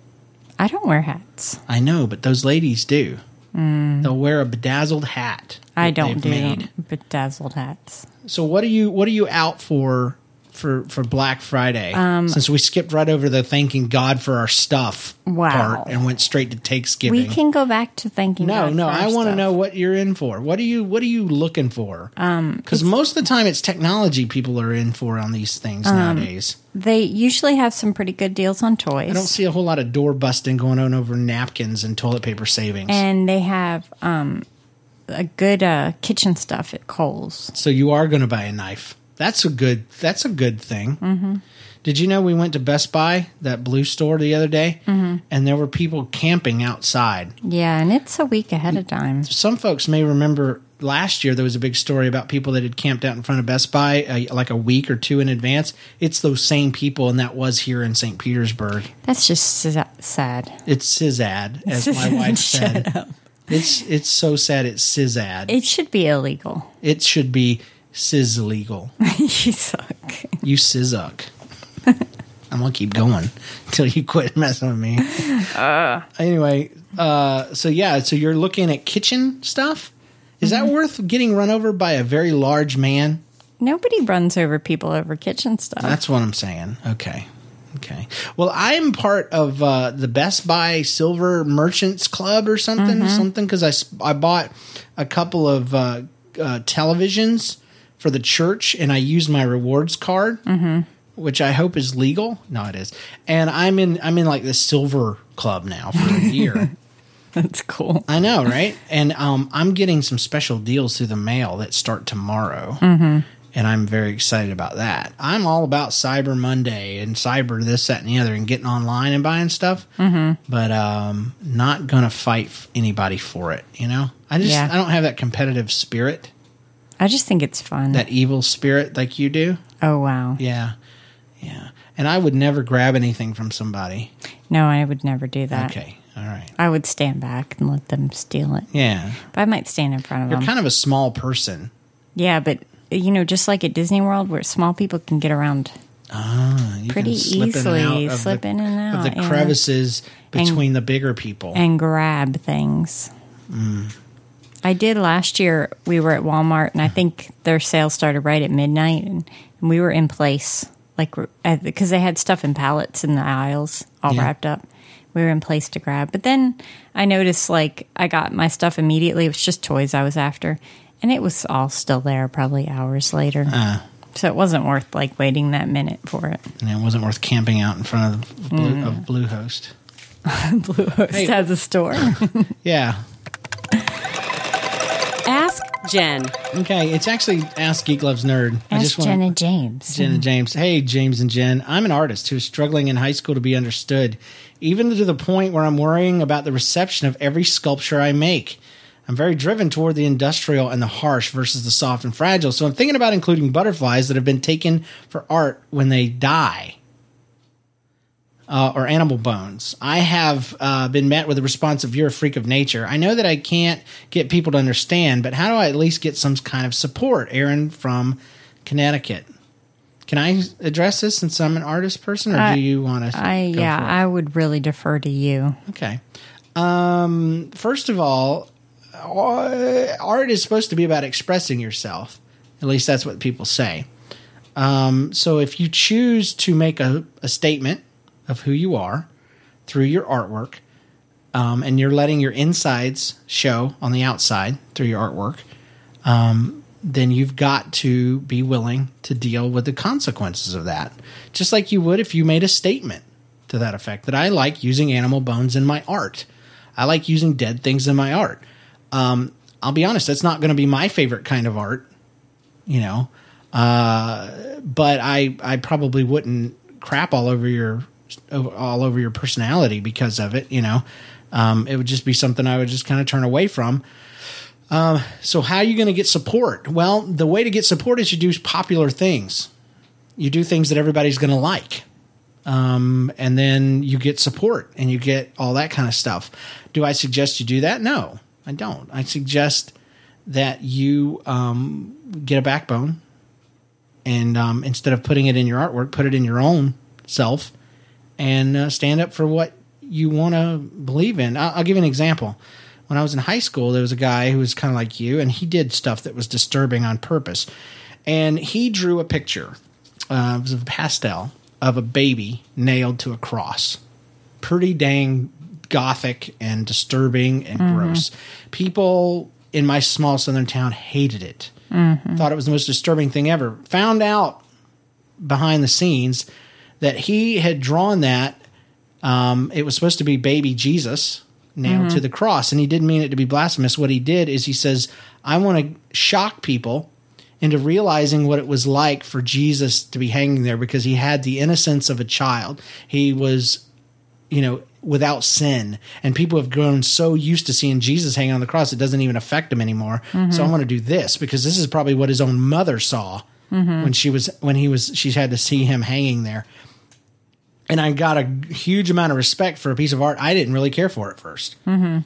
[SPEAKER 4] I don't wear hats.
[SPEAKER 1] I know, but those ladies do. They'll wear a bedazzled hat.
[SPEAKER 4] Hmm. I
[SPEAKER 1] that
[SPEAKER 4] don't
[SPEAKER 1] they've
[SPEAKER 4] do bedazzled hats.
[SPEAKER 1] So what are you what are you out for for for Black Friday?
[SPEAKER 4] Um,
[SPEAKER 1] Since we skipped right over the thanking God for our stuff
[SPEAKER 4] Wow.
[SPEAKER 1] part and went straight to Thanksgiving.
[SPEAKER 4] We can go back to thanking.
[SPEAKER 1] No,
[SPEAKER 4] God
[SPEAKER 1] no.
[SPEAKER 4] for our
[SPEAKER 1] I want to
[SPEAKER 4] stuff.
[SPEAKER 1] know what you're in for. What are you What are you looking for?
[SPEAKER 4] Um,
[SPEAKER 1] Because most of the time, it's technology people are in for on these things
[SPEAKER 4] Um,
[SPEAKER 1] nowadays.
[SPEAKER 4] They usually have some pretty good deals on toys.
[SPEAKER 1] I don't see a whole lot of door busting going on over napkins and toilet paper savings.
[SPEAKER 4] and they have um, a good uh, kitchen stuff at Kohl's.
[SPEAKER 1] so you are going to buy a knife. That's a good. That's a good thing. Mm-hmm. Did you know we went to Best Buy, that blue store, the other day, and there were people camping outside.
[SPEAKER 4] Yeah, and it's a week ahead
[SPEAKER 1] Mm.
[SPEAKER 4] of time.
[SPEAKER 1] some folks may remember last year there was a big story about people that had camped out in front of Best Buy uh, like a week or two in advance. It's those same people, and that was here in St. Petersburg.
[SPEAKER 4] That's just s- sad.
[SPEAKER 1] It's SysAd, as my wife said. It's it's so sad. It's SysAd. It,
[SPEAKER 4] It should be illegal.
[SPEAKER 1] should be Sizz legal.
[SPEAKER 4] you suck.
[SPEAKER 1] You sizzuck. I'm gonna keep going until you quit messing with me. anyway, uh, so yeah, so you're looking at kitchen stuff. Is that worth getting run over by a very large man?
[SPEAKER 4] Nobody runs over people over kitchen stuff.
[SPEAKER 1] That's what I'm saying. Okay. Okay. Well, I'm part of uh, the Best Buy Silver Merchants Club or something, something because I, s- I bought a couple of uh, uh, televisions for the church, and I used my rewards card, which I hope is legal. No, it is, and I'm in I'm in like the silver club now for a year.
[SPEAKER 4] That's cool.
[SPEAKER 1] I know, right? And um, I'm getting some special deals through the mail that start tomorrow. And I'm very excited about that. I'm all about Cyber Monday and Cyber this, that, and the other, and getting online and buying stuff. But um, not gonna fight f- anybody for it. You know, I just
[SPEAKER 4] Yeah.
[SPEAKER 1] I don't have that competitive spirit,
[SPEAKER 4] I just think it's fun.
[SPEAKER 1] that evil spirit like you do.
[SPEAKER 4] oh wow.
[SPEAKER 1] Yeah, yeah. And I would never grab anything from somebody.
[SPEAKER 4] No, I would never do that.
[SPEAKER 1] Okay, all right.
[SPEAKER 4] I would stand back and let them steal it.
[SPEAKER 1] Yeah,
[SPEAKER 4] But I might stand in front of
[SPEAKER 1] you're
[SPEAKER 4] them.
[SPEAKER 1] kind of a small person.
[SPEAKER 4] yeah, but you know, just like at Disney World, where small people can get around.
[SPEAKER 1] you
[SPEAKER 4] pretty
[SPEAKER 1] can slip in and
[SPEAKER 4] easily,
[SPEAKER 1] out of
[SPEAKER 4] slip
[SPEAKER 1] the,
[SPEAKER 4] in and
[SPEAKER 1] of
[SPEAKER 4] out,
[SPEAKER 1] the
[SPEAKER 4] yeah.
[SPEAKER 1] crevices
[SPEAKER 4] And-
[SPEAKER 1] between the bigger people.
[SPEAKER 4] and grab things.
[SPEAKER 1] Mm.
[SPEAKER 4] I did last year. We were at Walmart, and I think their sale started right at midnight, and, and we were in place, like because they had stuff in pallets in the aisles, all
[SPEAKER 1] Yeah.
[SPEAKER 4] wrapped up. We were in place to grab, but then I noticed like I got my stuff immediately. It was just toys I was after, and it was all still there, probably hours later.
[SPEAKER 1] Uh.
[SPEAKER 4] So it wasn't worth like waiting that minute for it.
[SPEAKER 1] and it wasn't worth camping out in front of, Blue,
[SPEAKER 4] Mm.
[SPEAKER 1] of Bluehost.
[SPEAKER 4] Bluehost
[SPEAKER 1] Hey.
[SPEAKER 4] has a store.
[SPEAKER 1] Yeah.
[SPEAKER 2] Ask Jen.
[SPEAKER 1] Okay. It's actually Ask Geek Loves Nerd. I
[SPEAKER 4] Ask
[SPEAKER 1] just want
[SPEAKER 4] Jenna James.
[SPEAKER 1] Jen and James. Hey, James and Jen. I'm an artist who is struggling in high school to be understood, even to the point where I'm worrying about the reception of every sculpture I make. I'm very driven toward the industrial and the harsh versus the soft and fragile, so I'm thinking about including butterflies that have been taken for art when they die. uh, or animal bones. I have uh, been met with the response of "You're a freak of nature." I know that I can't get people to understand, but how do I at least get some kind of support? Aaron from Connecticut. Can I address this since I'm an artist person, or do you want to?
[SPEAKER 4] Uh, I yeah, I would really defer to you.
[SPEAKER 1] Okay. Um, first of all, uh, art is supposed to be about expressing yourself. At least that's what people say. Um, so if you choose to make a, a statement of who you are through your artwork, um, and you're letting your insides show on the outside through your artwork, then you've got to be willing to deal with the consequences of that. Just like you would if you made a statement to that effect that I like using animal bones in my art. I like using dead things in my art. Um, I'll be honest, that's not going to be my favorite kind of art, you know, uh, but I, I probably wouldn't crap all over your all over your personality because of it, you know. Um, it would just be something I would just kind of turn away from. So how are you going to get support? Well, the way to get support is you do popular things. You do things that everybody's going to like. Um, and then you get support and you get all that kind of stuff. Do I suggest you do that? No, I don't. I suggest that you um, get a backbone and um, instead of putting it in your artwork, put it in your own self and uh, stand up for what you want to believe in. I'll, I'll give you an example. When I was in high school, there was a guy who was kind of like you, and he did stuff that was disturbing on purpose. And he drew a picture uh, it was a pastel of a baby nailed to a cross. Pretty dang gothic and disturbing and gross. People in my small southern town hated it. Thought it was the most disturbing thing ever. Found out behind the scenes that he had drawn that. Um, it was supposed to be baby Jesus nailed to the cross, and he didn't mean it to be blasphemous. What he did is he says, I want to shock people into realizing what it was like for Jesus to be hanging there because he had the innocence of a child. He was, you know, without sin. And people have grown so used to seeing Jesus hanging on the cross, it doesn't even affect him anymore. So I want to do this because this is probably what his own mother saw when she was when he was she had to see him hanging there and I got a huge amount of respect for a piece of art I didn't really care for at 1st Mm-hmm.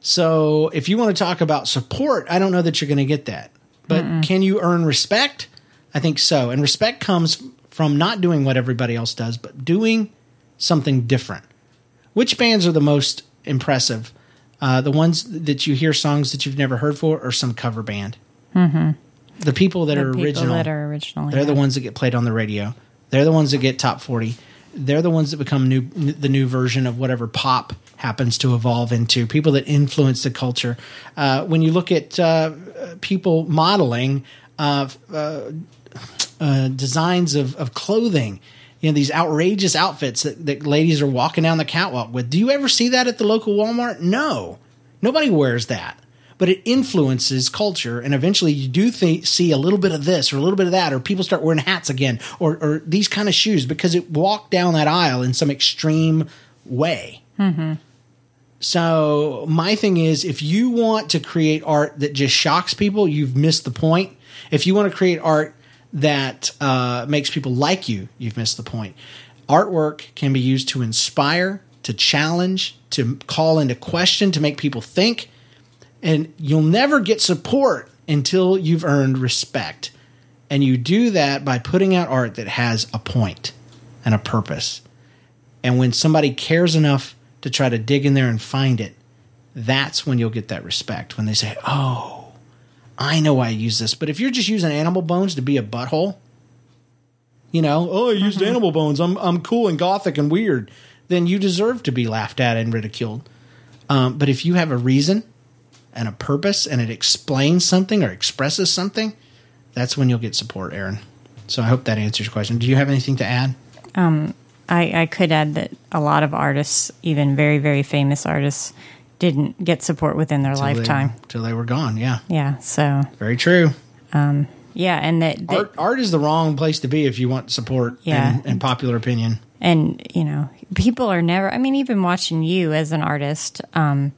[SPEAKER 1] So if you want to talk about support, I don't know that you're going to get that. But can you earn respect? I think so. And respect comes from not doing what everybody else does, but doing something different. Which bands are the most impressive? Uh, the ones that you hear songs that you've never heard for, or some cover band. Mm-hmm. The people that
[SPEAKER 4] The
[SPEAKER 1] are
[SPEAKER 4] people
[SPEAKER 1] original.
[SPEAKER 4] that are original.
[SPEAKER 1] They're the
[SPEAKER 4] yeah.
[SPEAKER 1] ones that get played on the radio. They're the ones that get top forty. They're the ones that become new the new version of whatever pop happens to evolve into, people that influence the culture. Uh, when you look at uh, people modeling uh, uh, uh, designs of, of clothing, you know, these outrageous outfits that, that ladies are walking down the catwalk with. Do you ever see that at the local Walmart? No. Nobody wears that. But it influences culture, and eventually you do th- see a little bit of this or a little bit of that, or people start wearing hats again, or, or these kind of shoes because it walked down that aisle in some extreme way. So my thing is, if you want to create art that just shocks people, you've missed the point. If you want to create art that uh, makes people like you, you've missed the point. Artwork can be used to inspire, to challenge, to call into question, to make people think, and you'll never get support until you've earned respect. And you do that by putting out art that has a point and a purpose. And when somebody cares enough to try to dig in there and find it, that's when you'll get that respect. When they say, Oh, I know why I use this. But if you're just using animal bones to be a butthole, you know, oh, I used animal bones. I'm, I'm cool and gothic and weird. Then you deserve to be laughed at and ridiculed. Um, but if you have a reason and a purpose and it explains something or expresses something, that's when you'll get support, Aaron. So I hope that answers your question. Do you have anything to add?
[SPEAKER 4] I, I could add that a lot of artists, even very, very famous artists, didn't get support within their
[SPEAKER 1] Till they-
[SPEAKER 4] lifetime.
[SPEAKER 1] till they were gone. Yeah,
[SPEAKER 4] Yeah. So,
[SPEAKER 1] very true.
[SPEAKER 4] yeah. And that, that-
[SPEAKER 1] Art, art is the wrong place to be if you want support
[SPEAKER 4] Yeah.
[SPEAKER 1] and, and popular opinion.
[SPEAKER 4] and, you know, people are never, I mean, even watching you as an artist, um,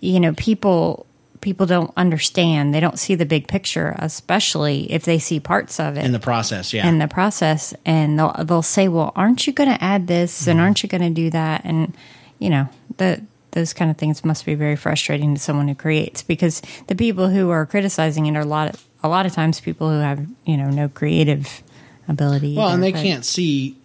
[SPEAKER 4] you know, people, people don't understand. They don't see the big picture, especially if they see parts of it.
[SPEAKER 1] in the process. Yeah,
[SPEAKER 4] in the process and they'll they'll say, "Well, aren't you going to add this
[SPEAKER 1] Mm-hmm.
[SPEAKER 4] and aren't you going to do that?" and you know, the those kind of things must be very frustrating to someone who creates because the people who are criticizing it are a lot of, a lot of times people who have, you know, no creative ability.
[SPEAKER 1] well,
[SPEAKER 4] either,
[SPEAKER 1] and they
[SPEAKER 4] but-
[SPEAKER 1] can't see.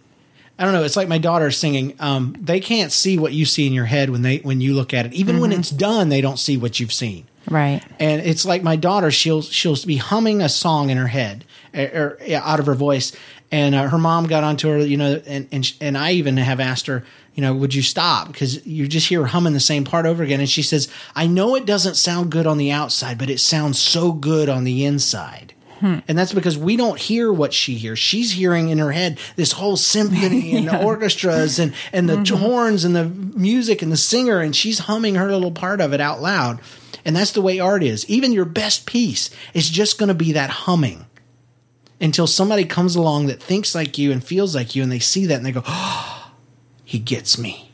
[SPEAKER 1] I don't know. It's like my daughter singing. Um, they can't see what you see in your head when they when you look at it. Even when
[SPEAKER 4] Mm-hmm.
[SPEAKER 1] it's done, they don't see what you've seen.
[SPEAKER 4] Right.
[SPEAKER 1] and it's like my daughter she'll she'll be humming a song in her head or, or, yeah, out of her voice and uh, her mom got onto her you know and and sh- and I even have asked her you know would you stop because you just hear her humming the same part over again and she says I know it doesn't sound good on the outside but it sounds so good on the inside and that's because we don't hear what she hears. She's hearing in her head this whole symphony and the orchestras and, and the horns and the music and the singer, and she's humming her little part of it out loud. And that's the way art is. Even your best piece is just going to be that humming until somebody comes along that thinks like you and feels like you, and they see that and they go, oh, he gets me.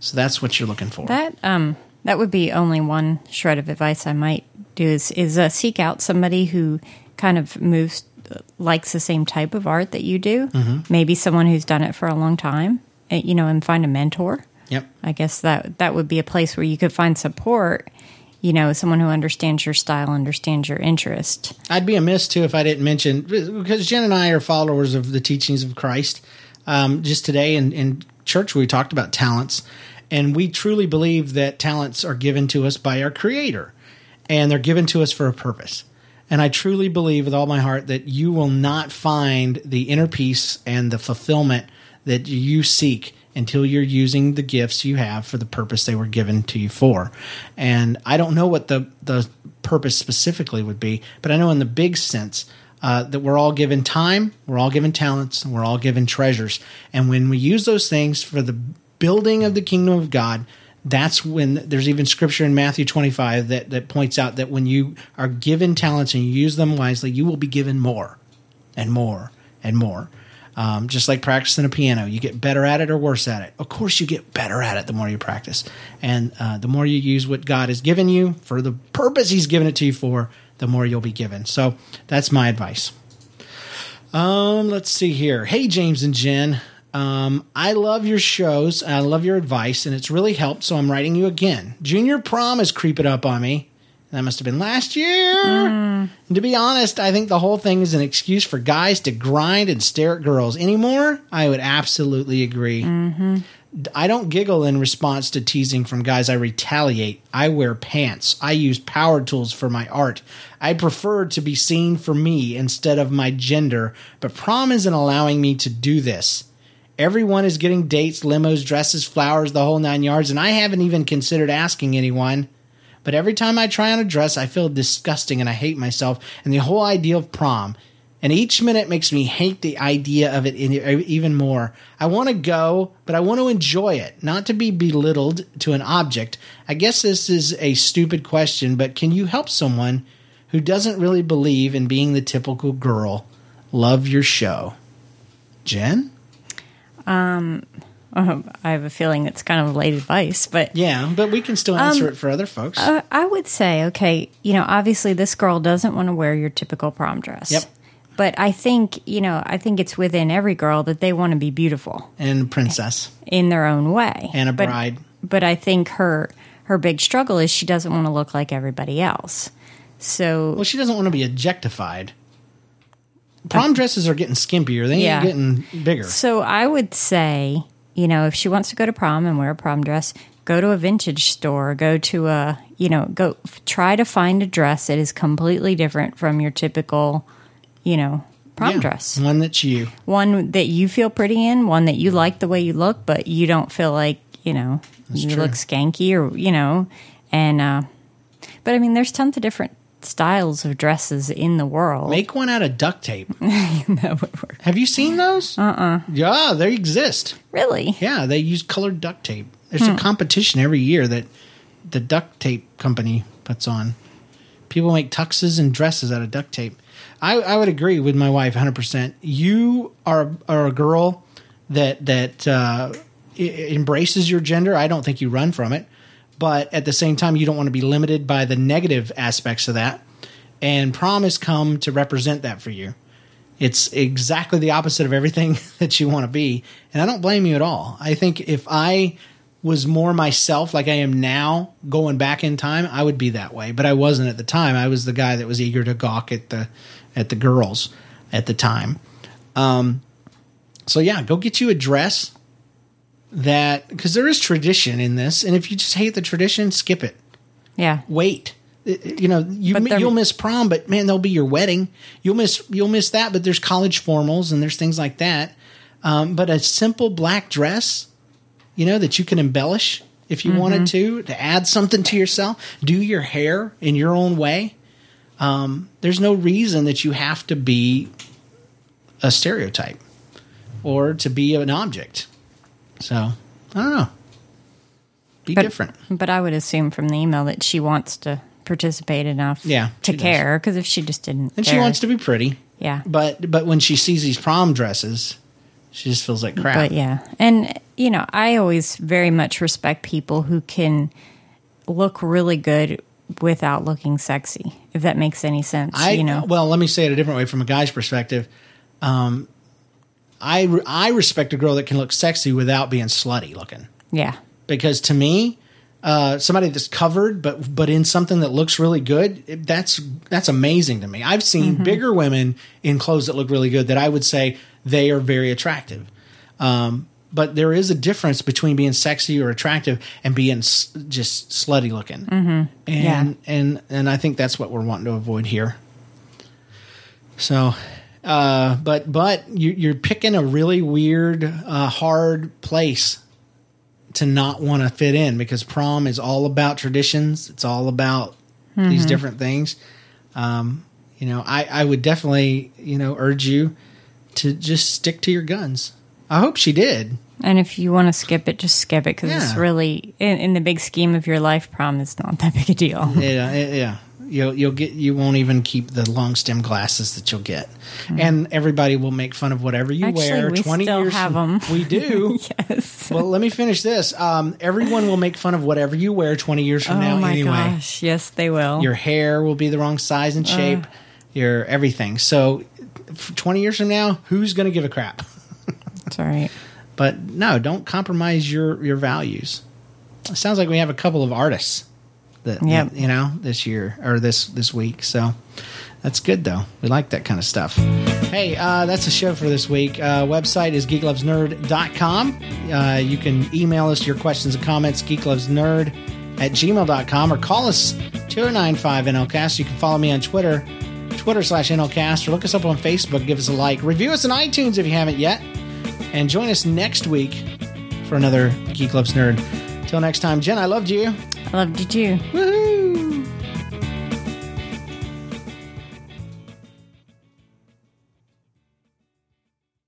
[SPEAKER 1] So that's what you're looking for.
[SPEAKER 4] That um that would be only one shred of advice I might do is is uh, seek out somebody who kind of moves likes the same type of art that you do. Maybe someone who's done it for a long time, uh, you know, and find a mentor.
[SPEAKER 1] yep.
[SPEAKER 4] I guess that that would be a place where you could find support. You know, someone who understands your style, understands your interest.
[SPEAKER 1] I'd be amiss too if I didn't mention because Jen and I are followers of the teachings of Christ. Um, just today in, in church, we talked about talents, and we truly believe that talents are given to us by our Creator, and they're given to us for a purpose. And I truly believe with all my heart that you will not find the inner peace and the fulfillment that you seek until you're using the gifts you have for the purpose they were given to you for. And I don't know what the, the purpose specifically would be, but I know in the big sense uh, that we're all given time, we're all given talents, and we're all given treasures. And when we use those things for the building of the kingdom of God, that's when there's even scripture in Matthew 25 that, that points out that when you are given talents and you use them wisely, you will be given more and more and more. Um, just like practicing a piano, you get better at it or worse at it. Of course, you get better at it the more you practice. And uh, the more you use what God has given you for the purpose He's given it to you for, the more you'll be given. So that's my advice. Um, let's see here. Hey, James and Jen. Um, I love your shows. I love your advice, and it's really helped. So I'm writing you again. Junior prom is creeping up on me. That must have been last year. And to be honest, I think the whole thing is an excuse for guys to grind and stare at girls anymore. I would absolutely agree. I don't giggle in response to teasing from guys. I retaliate. I wear pants. I use power tools for my art. I prefer to be seen for me instead of my gender, but prom isn't allowing me to do this. Everyone is getting dates, limos, dresses, flowers, the whole nine yards, and I haven't even considered asking anyone. But every time I try on a dress, I feel disgusting and I hate myself and the whole idea of prom. And each minute makes me hate the idea of it in- e, even more. I want to go, but I want to enjoy it, not to be belittled to an object. I guess this is a stupid question, but can you help someone who doesn't really believe in being the typical girl? Love your show. Jen?
[SPEAKER 4] Um, I have a feeling it's kind of late advice, but
[SPEAKER 1] Yeah, but we can still answer it for other folks.
[SPEAKER 4] uh, I would say, okay, you know, obviously this girl doesn't want to wear your typical prom dress.
[SPEAKER 1] Yep.
[SPEAKER 4] But I think, you know, I think it's within every girl that they want to be beautiful
[SPEAKER 1] and princess
[SPEAKER 4] in their own way.
[SPEAKER 1] and a
[SPEAKER 4] But-
[SPEAKER 1] bride.
[SPEAKER 4] but I think her her big struggle is she doesn't want to look like everybody else. So
[SPEAKER 1] Well, she doesn't want to be objectified. Prom dresses are getting skimpier. They
[SPEAKER 4] Yeah.
[SPEAKER 1] ain't getting bigger.
[SPEAKER 4] so I would say, you know, if she wants to go to prom and wear a prom dress, go to a vintage store, go to a, you know, go f- try to find a dress that is completely different from your typical, you know, prom
[SPEAKER 1] Yeah,
[SPEAKER 4] dress.
[SPEAKER 1] One that's you.
[SPEAKER 4] One that you feel pretty in, one that you like the way you look, but you don't feel like, you know, you
[SPEAKER 1] true.
[SPEAKER 4] look skanky or, you know, and, uh, but I mean, there's tons of different styles of dresses in the world.
[SPEAKER 1] Make one out of duct tape.
[SPEAKER 4] that would work.
[SPEAKER 1] Have you seen those? Uh uh
[SPEAKER 4] Uh-uh.
[SPEAKER 1] Yeah, they exist.
[SPEAKER 4] Really?
[SPEAKER 1] Yeah, they use colored duct tape. There's a competition every year that the duct tape company puts on. People make tuxes and dresses out of duct tape. I, I would agree with my wife 100%. You are, are a girl that, that uh, e- embraces your gender. I don't think you run from it. But at the same time, you don't want to be limited by the negative aspects of that. And prom has come to represent that for you it's exactly the opposite of everything that you want to be and i don't blame you at all i think if i was more myself like i am now going back in time i would be that way but i wasn't at the time i was the guy that was eager to gawk at the at the girls at the time um so yeah go get you a dress that because there is tradition in this and if you just hate the tradition skip it
[SPEAKER 4] Yeah.
[SPEAKER 1] wait. It- it- You know, you
[SPEAKER 4] But
[SPEAKER 1] mi-
[SPEAKER 4] they're-
[SPEAKER 1] you'll miss prom, but man, there'll be your wedding. You'll miss you'll miss that, but there's college formals and there's things like that. Um, but a simple black dress, you know, that you can embellish if you wanted
[SPEAKER 4] Mm-hmm.
[SPEAKER 1] to to add something to yourself. Do your hair in your own way. Um, there's no reason that you have to be a stereotype or to be an object. So I don't know. Be
[SPEAKER 4] But-
[SPEAKER 1] different.
[SPEAKER 4] But I would assume from the email that she wants to participate enough
[SPEAKER 1] Yeah,
[SPEAKER 4] to
[SPEAKER 1] she does.
[SPEAKER 4] care. Because if she just didn't,
[SPEAKER 1] And she
[SPEAKER 4] care-
[SPEAKER 1] wants to be pretty.
[SPEAKER 4] Yeah.
[SPEAKER 1] But but when she sees these prom dresses, she just feels like crap.
[SPEAKER 4] But yeah. And, you know, I always very much respect people who can look really good without looking sexy, if that makes any sense.
[SPEAKER 1] I
[SPEAKER 4] you know,
[SPEAKER 1] Well, let me say it a different way from a guy's perspective. Um, I re- I respect a girl that can look sexy without being slutty looking.
[SPEAKER 4] yeah.
[SPEAKER 1] Because to me, uh, somebody that's covered but but in something that looks really good, it- that's that's amazing to me. I've seen bigger women in clothes that look really good that I would say they are very attractive. Um, but there is a difference between being sexy or attractive and being s- just slutty looking. Mm-hmm. And and and I think that's what we're wanting to avoid here. So, uh, but but you, you're picking a really weird, uh, hard place to not want to fit in because prom is all about traditions. It's all about
[SPEAKER 4] Mm-hmm.
[SPEAKER 1] these different things. Um, you know, I, I would definitely you know urge you to just stick to your guns. I hope she did.
[SPEAKER 4] And if you want to skip it, just skip it because it's
[SPEAKER 1] Yeah.
[SPEAKER 4] really, in, in the big scheme of your life, prom is not that big a deal.
[SPEAKER 1] yeah, yeah, yeah. You'll you'll get you won't even keep the long stem glasses that you'll get, and everybody will make fun of whatever you
[SPEAKER 4] Mm-hmm. Actually,
[SPEAKER 1] wear.
[SPEAKER 4] we
[SPEAKER 1] Twenty
[SPEAKER 4] still
[SPEAKER 1] years
[SPEAKER 4] have
[SPEAKER 1] from-
[SPEAKER 4] 'em.
[SPEAKER 1] We do.
[SPEAKER 4] yes.
[SPEAKER 1] Well, let me finish this. Um, everyone will make fun of whatever you wear twenty years from
[SPEAKER 4] Oh
[SPEAKER 1] now.
[SPEAKER 4] my
[SPEAKER 1] anyway,
[SPEAKER 4] gosh. Yes, they will.
[SPEAKER 1] your hair will be the wrong size and shape. your everything. So, f- twenty years from now, who's going to give a crap?
[SPEAKER 4] It's all right.
[SPEAKER 1] But no, don't compromise your your values. It sounds like we have a couple of artists that
[SPEAKER 4] Yep.
[SPEAKER 1] that, you know this year or this this week. So that's good though. We like that kind of stuff. Hey, uh, that's the show for this week. Uh, website is geeklovesnerd.com. Uh, you can email us your questions and comments, geeklovesnerd at gmail.com or call us 2095 NLCast. You can follow me on Twitter, Twitter slash NLCast, or look us up on Facebook. Give us a like. Review us on iTunes if you haven't yet. And join us next week for another Geek Loves Nerd. Till next time, Jen, I loved you.
[SPEAKER 4] I loved you too.
[SPEAKER 1] Woohoo!